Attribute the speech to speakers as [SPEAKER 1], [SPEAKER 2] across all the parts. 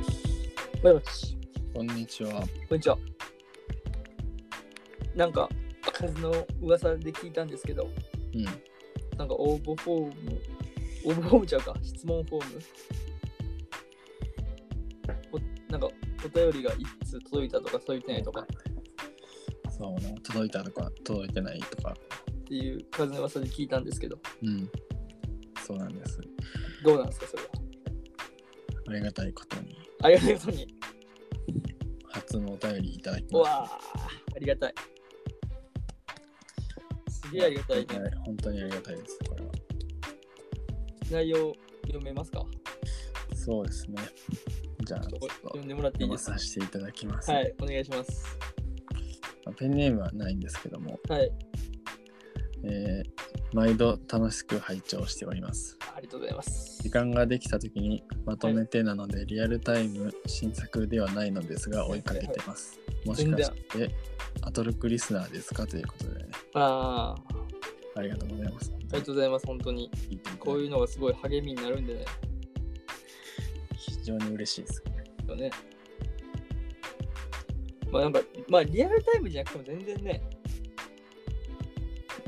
[SPEAKER 1] もしもし、
[SPEAKER 2] こんにちは。
[SPEAKER 1] こんにちは。なんか、風の噂で聞いたんですけど、
[SPEAKER 2] うん。
[SPEAKER 1] なんか応募フォーム、応募フォームちゃうか、質問フォーム。おなんか、お便りが一通届いたとか、届いてないとか
[SPEAKER 2] そうな。届いたとか、届いてないとか。
[SPEAKER 1] っていう風の噂で聞いたんですけど、
[SPEAKER 2] うん。そうなんです。
[SPEAKER 1] どうなんですか、それは。
[SPEAKER 2] ありがたいことに、
[SPEAKER 1] ありがたいことに。
[SPEAKER 2] 初のお便りいただき
[SPEAKER 1] う
[SPEAKER 2] まし
[SPEAKER 1] わあ、ありがたい。すげえ
[SPEAKER 2] た。
[SPEAKER 1] ありがたい、ね。
[SPEAKER 2] ね。本当にありがたいです、これは。
[SPEAKER 1] 内容読めますか
[SPEAKER 2] そうですね。じゃあ、ちょっと
[SPEAKER 1] 読んでもらってい
[SPEAKER 2] 読
[SPEAKER 1] いで
[SPEAKER 2] ます
[SPEAKER 1] か
[SPEAKER 2] させていただきます。
[SPEAKER 1] はい、お願いします。
[SPEAKER 2] まあペンネームはないんですけども、
[SPEAKER 1] はい、
[SPEAKER 2] えー毎度楽しく拝聴しております。
[SPEAKER 1] ありがとうございます。
[SPEAKER 2] 時間ができた時にまとめてなので、リアルタイム新作ではないのですが追いかけてます。もしかしてアトルクリスナーですかということでね、
[SPEAKER 1] ああ、
[SPEAKER 2] ありがとうございます。
[SPEAKER 1] ありがとうございます、本当に。
[SPEAKER 2] 聞いていただいて
[SPEAKER 1] こういうのがすごい励みになるんでね。
[SPEAKER 2] 非常に嬉しいです。
[SPEAKER 1] よねまあなんか、まあリアルタイムじゃなくても全然ね、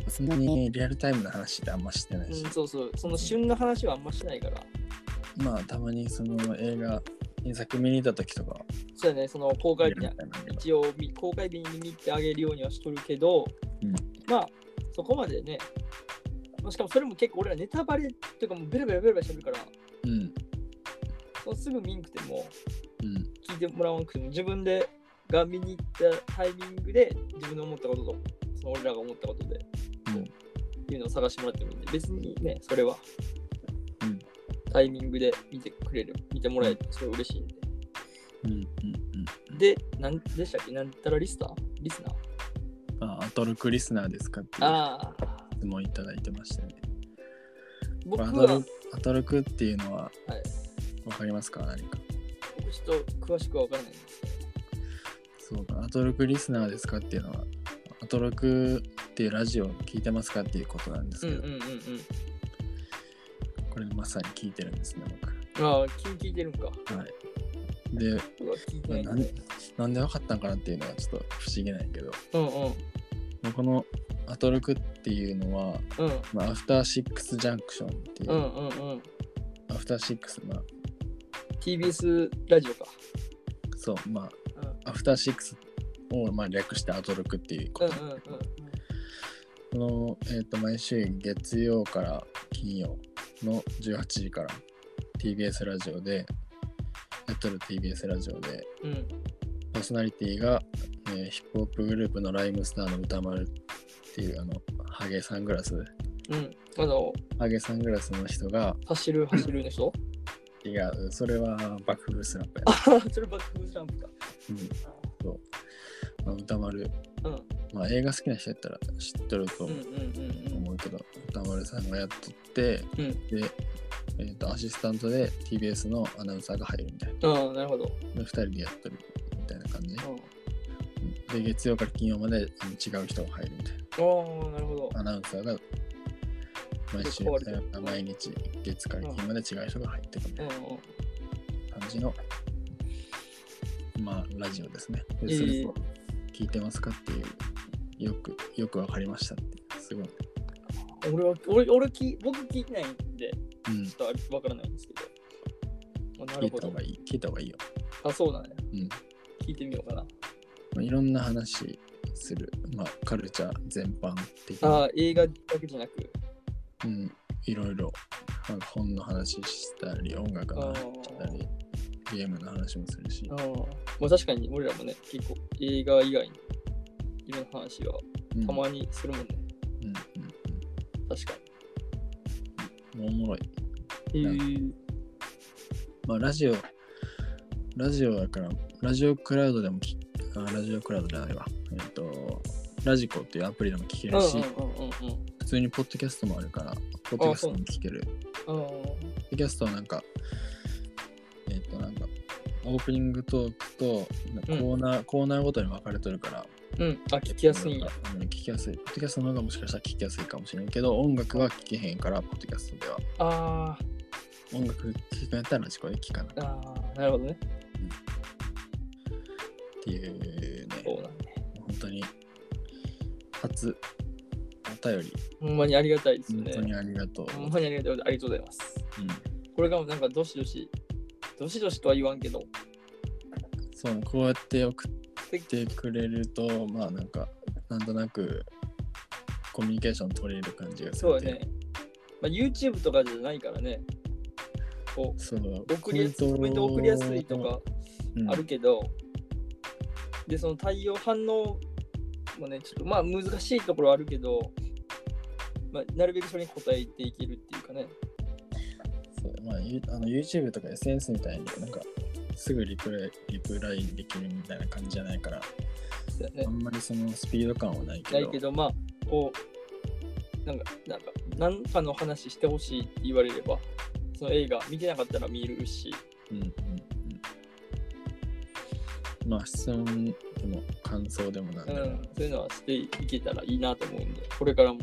[SPEAKER 2] そんなにリアルタイムの話ってあんましてな
[SPEAKER 1] う
[SPEAKER 2] いし
[SPEAKER 1] ん、、そうそう、その旬の話はあんましないから、
[SPEAKER 2] まあたまにその映画、新作見に行った時とかは
[SPEAKER 1] そうだね、その公
[SPEAKER 2] リ
[SPEAKER 1] 開
[SPEAKER 2] ア
[SPEAKER 1] 日に
[SPEAKER 2] ル、タイムだけど
[SPEAKER 1] 一応み公開日に見てあげるようにはしとるけど、
[SPEAKER 2] うん
[SPEAKER 1] まあそこまでね、まあしかもそれも結構俺らネタバレっていうかもうベラベラベラベラしてるから、
[SPEAKER 2] うん、
[SPEAKER 1] そのすぐ見んくても、
[SPEAKER 2] うん、
[SPEAKER 1] 聞いてもらわなくても自分でが見に行ったタイミングで自分の思ったこととその俺らが思ったことで、
[SPEAKER 2] う
[SPEAKER 1] っ
[SPEAKER 2] ん
[SPEAKER 1] ていうのを探してもらってもいいんで別にねそれは、
[SPEAKER 2] うん
[SPEAKER 1] タイミングで見てくれる見てもらえるとそれ嬉しいんで
[SPEAKER 2] うん、うん、うん。
[SPEAKER 1] で何でしたっけなんたらリスターリスナー
[SPEAKER 2] まあ、アトルクリスナーですかっていう
[SPEAKER 1] ああ
[SPEAKER 2] 質問いただいてましたね。
[SPEAKER 1] 僕
[SPEAKER 2] ア
[SPEAKER 1] は、
[SPEAKER 2] ト
[SPEAKER 1] は、
[SPEAKER 2] ルアトルクっていうのはいわかりますか何か。
[SPEAKER 1] 僕ちょっと詳しくは分からないんですけ
[SPEAKER 2] そうか、アトロクリスナーですかっていうのは、アトロクっていうラジオ聞いてますかっていうことなんです
[SPEAKER 1] ど、う
[SPEAKER 2] け
[SPEAKER 1] ん
[SPEAKER 2] ど、
[SPEAKER 1] うんうんうん
[SPEAKER 2] これまさに聞いてるんですね、
[SPEAKER 1] ああ聞聞いてるんか
[SPEAKER 2] 僕。はい。で、
[SPEAKER 1] うわ聞いてないんだ
[SPEAKER 2] なんでなんでわかったんかなっていうのはちょっと不思議なんやけど、
[SPEAKER 1] うんうん
[SPEAKER 2] このアトロクっていうのは、
[SPEAKER 1] うん
[SPEAKER 2] まあ、アフターシックスジャンクションっていう、
[SPEAKER 1] うんうんうん
[SPEAKER 2] アフターシックス、まあ、
[SPEAKER 1] TBS ラジオか
[SPEAKER 2] そう、ま
[SPEAKER 1] うん
[SPEAKER 2] あ、アフターシックスを、まあ、略してアトロクっていう
[SPEAKER 1] う
[SPEAKER 2] こ
[SPEAKER 1] ん
[SPEAKER 2] と。
[SPEAKER 1] うんうんうん
[SPEAKER 2] その、えー、と毎週月曜から金曜の18時から TBS ラジオでやっとる TBS ラジオで
[SPEAKER 1] うん、
[SPEAKER 2] パーソナリティが、えーヒップホップグループのライムスターの歌丸っていうあのハゲサングラス
[SPEAKER 1] うん、あの
[SPEAKER 2] ハゲサングラスの人が
[SPEAKER 1] 走る走るの人
[SPEAKER 2] いやそれはバックフルスラップや
[SPEAKER 1] あ、それバックフースランプか。
[SPEAKER 2] うんそうまあ歌丸、
[SPEAKER 1] うん
[SPEAKER 2] まあ、映画好きな人やったら知っとると
[SPEAKER 1] うん
[SPEAKER 2] 思
[SPEAKER 1] う
[SPEAKER 2] う
[SPEAKER 1] んうん
[SPEAKER 2] 思うけど歌丸さんがやっとって、
[SPEAKER 1] うん
[SPEAKER 2] で、えー、とアシスタントで TBS のアナウンサーが入るみたいな
[SPEAKER 1] うん。ああ、なるほど。
[SPEAKER 2] で2人でやってるみたいな感じ
[SPEAKER 1] うん
[SPEAKER 2] で月曜から金曜まであの違う人が入るみたい
[SPEAKER 1] ああ、なるほど。
[SPEAKER 2] なアナウンサーが毎週
[SPEAKER 1] 変わる
[SPEAKER 2] あ毎日月から金まで違う人が入ってくるみ
[SPEAKER 1] う
[SPEAKER 2] た
[SPEAKER 1] ん
[SPEAKER 2] い
[SPEAKER 1] うん。
[SPEAKER 2] な感じの、まあラジオですね
[SPEAKER 1] え
[SPEAKER 2] で
[SPEAKER 1] え
[SPEAKER 2] それを聞いてますかっていうよくよくわかりましたってすごい、
[SPEAKER 1] 俺は、俺、俺き、僕聞いてないんで、
[SPEAKER 2] うん、
[SPEAKER 1] ちょっとあれわからないんですけど。あな
[SPEAKER 2] 聞
[SPEAKER 1] る
[SPEAKER 2] い
[SPEAKER 1] ほ
[SPEAKER 2] た方
[SPEAKER 1] ど
[SPEAKER 2] が。いい聞いた方がいいよ、
[SPEAKER 1] あ、そうだね。
[SPEAKER 2] うん
[SPEAKER 1] 聞いてみようかな。
[SPEAKER 2] まあ、いろんな話する、まあ、カルチャー全般的
[SPEAKER 1] あ
[SPEAKER 2] な、
[SPEAKER 1] あ、映画だけじゃなく。
[SPEAKER 2] うん、いろいろまあ本の話したり音楽の話したりゲームの話もするし
[SPEAKER 1] あ、あ。まあ確かに俺らもね、結構映画以外にいろんな話は
[SPEAKER 2] うん
[SPEAKER 1] たまにするもんね。
[SPEAKER 2] うん
[SPEAKER 1] 確か
[SPEAKER 2] うん、うん、おもろい、
[SPEAKER 1] に。へえ。
[SPEAKER 2] まあ、ラジオラジオだからラジオクラウドでもきあラジオクラウドじゃないわえっ、とラジコっていうアプリでも聞け
[SPEAKER 1] うんう
[SPEAKER 2] るし、
[SPEAKER 1] んうんうんうん。
[SPEAKER 2] 普通にポッドキャストもあるからポッドキャストも聞ける
[SPEAKER 1] あー
[SPEAKER 2] ポッドキャストはなんか、えっ、となんか、オープニングトークと
[SPEAKER 1] うん
[SPEAKER 2] コーナー、コーナーごとに分かれとるから、
[SPEAKER 1] うん、あ、聞きやすいんや。
[SPEAKER 2] うん。聞きやすい。ポッドキャストの方がもしかしたら聞きやすいかもしれんけど、音楽は聞けへんから、ポッドキャストでは。
[SPEAKER 1] あー
[SPEAKER 2] 音楽聞くんやったらラジコで聞かない。
[SPEAKER 1] あー、なるほどね。
[SPEAKER 2] っていうね、
[SPEAKER 1] そうなんで。
[SPEAKER 2] 本当に初お便り、
[SPEAKER 1] ほんまにありがたいですよ
[SPEAKER 2] 本当に
[SPEAKER 1] ね。
[SPEAKER 2] ありがとう。
[SPEAKER 1] ほんまにありがとうありがとうございます。
[SPEAKER 2] うん
[SPEAKER 1] これがもうなんかどしどし、どしどしとは言わんけど、
[SPEAKER 2] そうこうやって送ってくれると、まあなんか、なんとなくコミュニケーション取れる感じがす
[SPEAKER 1] そう
[SPEAKER 2] る
[SPEAKER 1] だね。。まあ、YouTube とかじゃないからね、こ
[SPEAKER 2] そう
[SPEAKER 1] う、送りやすい、コメント送りやすいとかあるけど、で、その対応、反応もね、ちょっとまあ難しいところはあるけど、まあ、なるべくそれに応えていけるっていうかね。
[SPEAKER 2] そうまあ、ゆあの YouTube とか SNS みたいになんかすぐリプライリプライできるみたいな感じじゃないから
[SPEAKER 1] そうだね
[SPEAKER 2] あんまりそのスピード感はないけ
[SPEAKER 1] な
[SPEAKER 2] ど
[SPEAKER 1] いけど、まあ、こう、なんか、なんか、なんかの話してほしいって言われれば、その映画見てなかったら見るし、
[SPEAKER 2] うんうんうん、まあ質問でも感想でもなん
[SPEAKER 1] う
[SPEAKER 2] でも、
[SPEAKER 1] ん、そういうのはしていけたらいいなと思うんで、これからも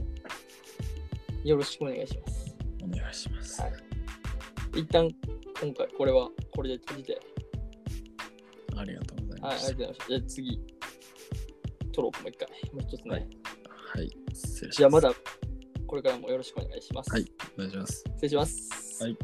[SPEAKER 1] よろしくお願いします。
[SPEAKER 2] お願いします、
[SPEAKER 1] はい一旦、今回、これはこれで閉じて、
[SPEAKER 2] ありがとうござい
[SPEAKER 1] はい、あ
[SPEAKER 2] ま
[SPEAKER 1] り
[SPEAKER 2] し
[SPEAKER 1] がとうございました。じゃあ次、撮ろうか、もう一回、もう一つね。
[SPEAKER 2] はいたはい失礼します
[SPEAKER 1] じゃあまだ、これからもよろしくお願いします。
[SPEAKER 2] はいお願いします
[SPEAKER 1] 失礼します。
[SPEAKER 2] はい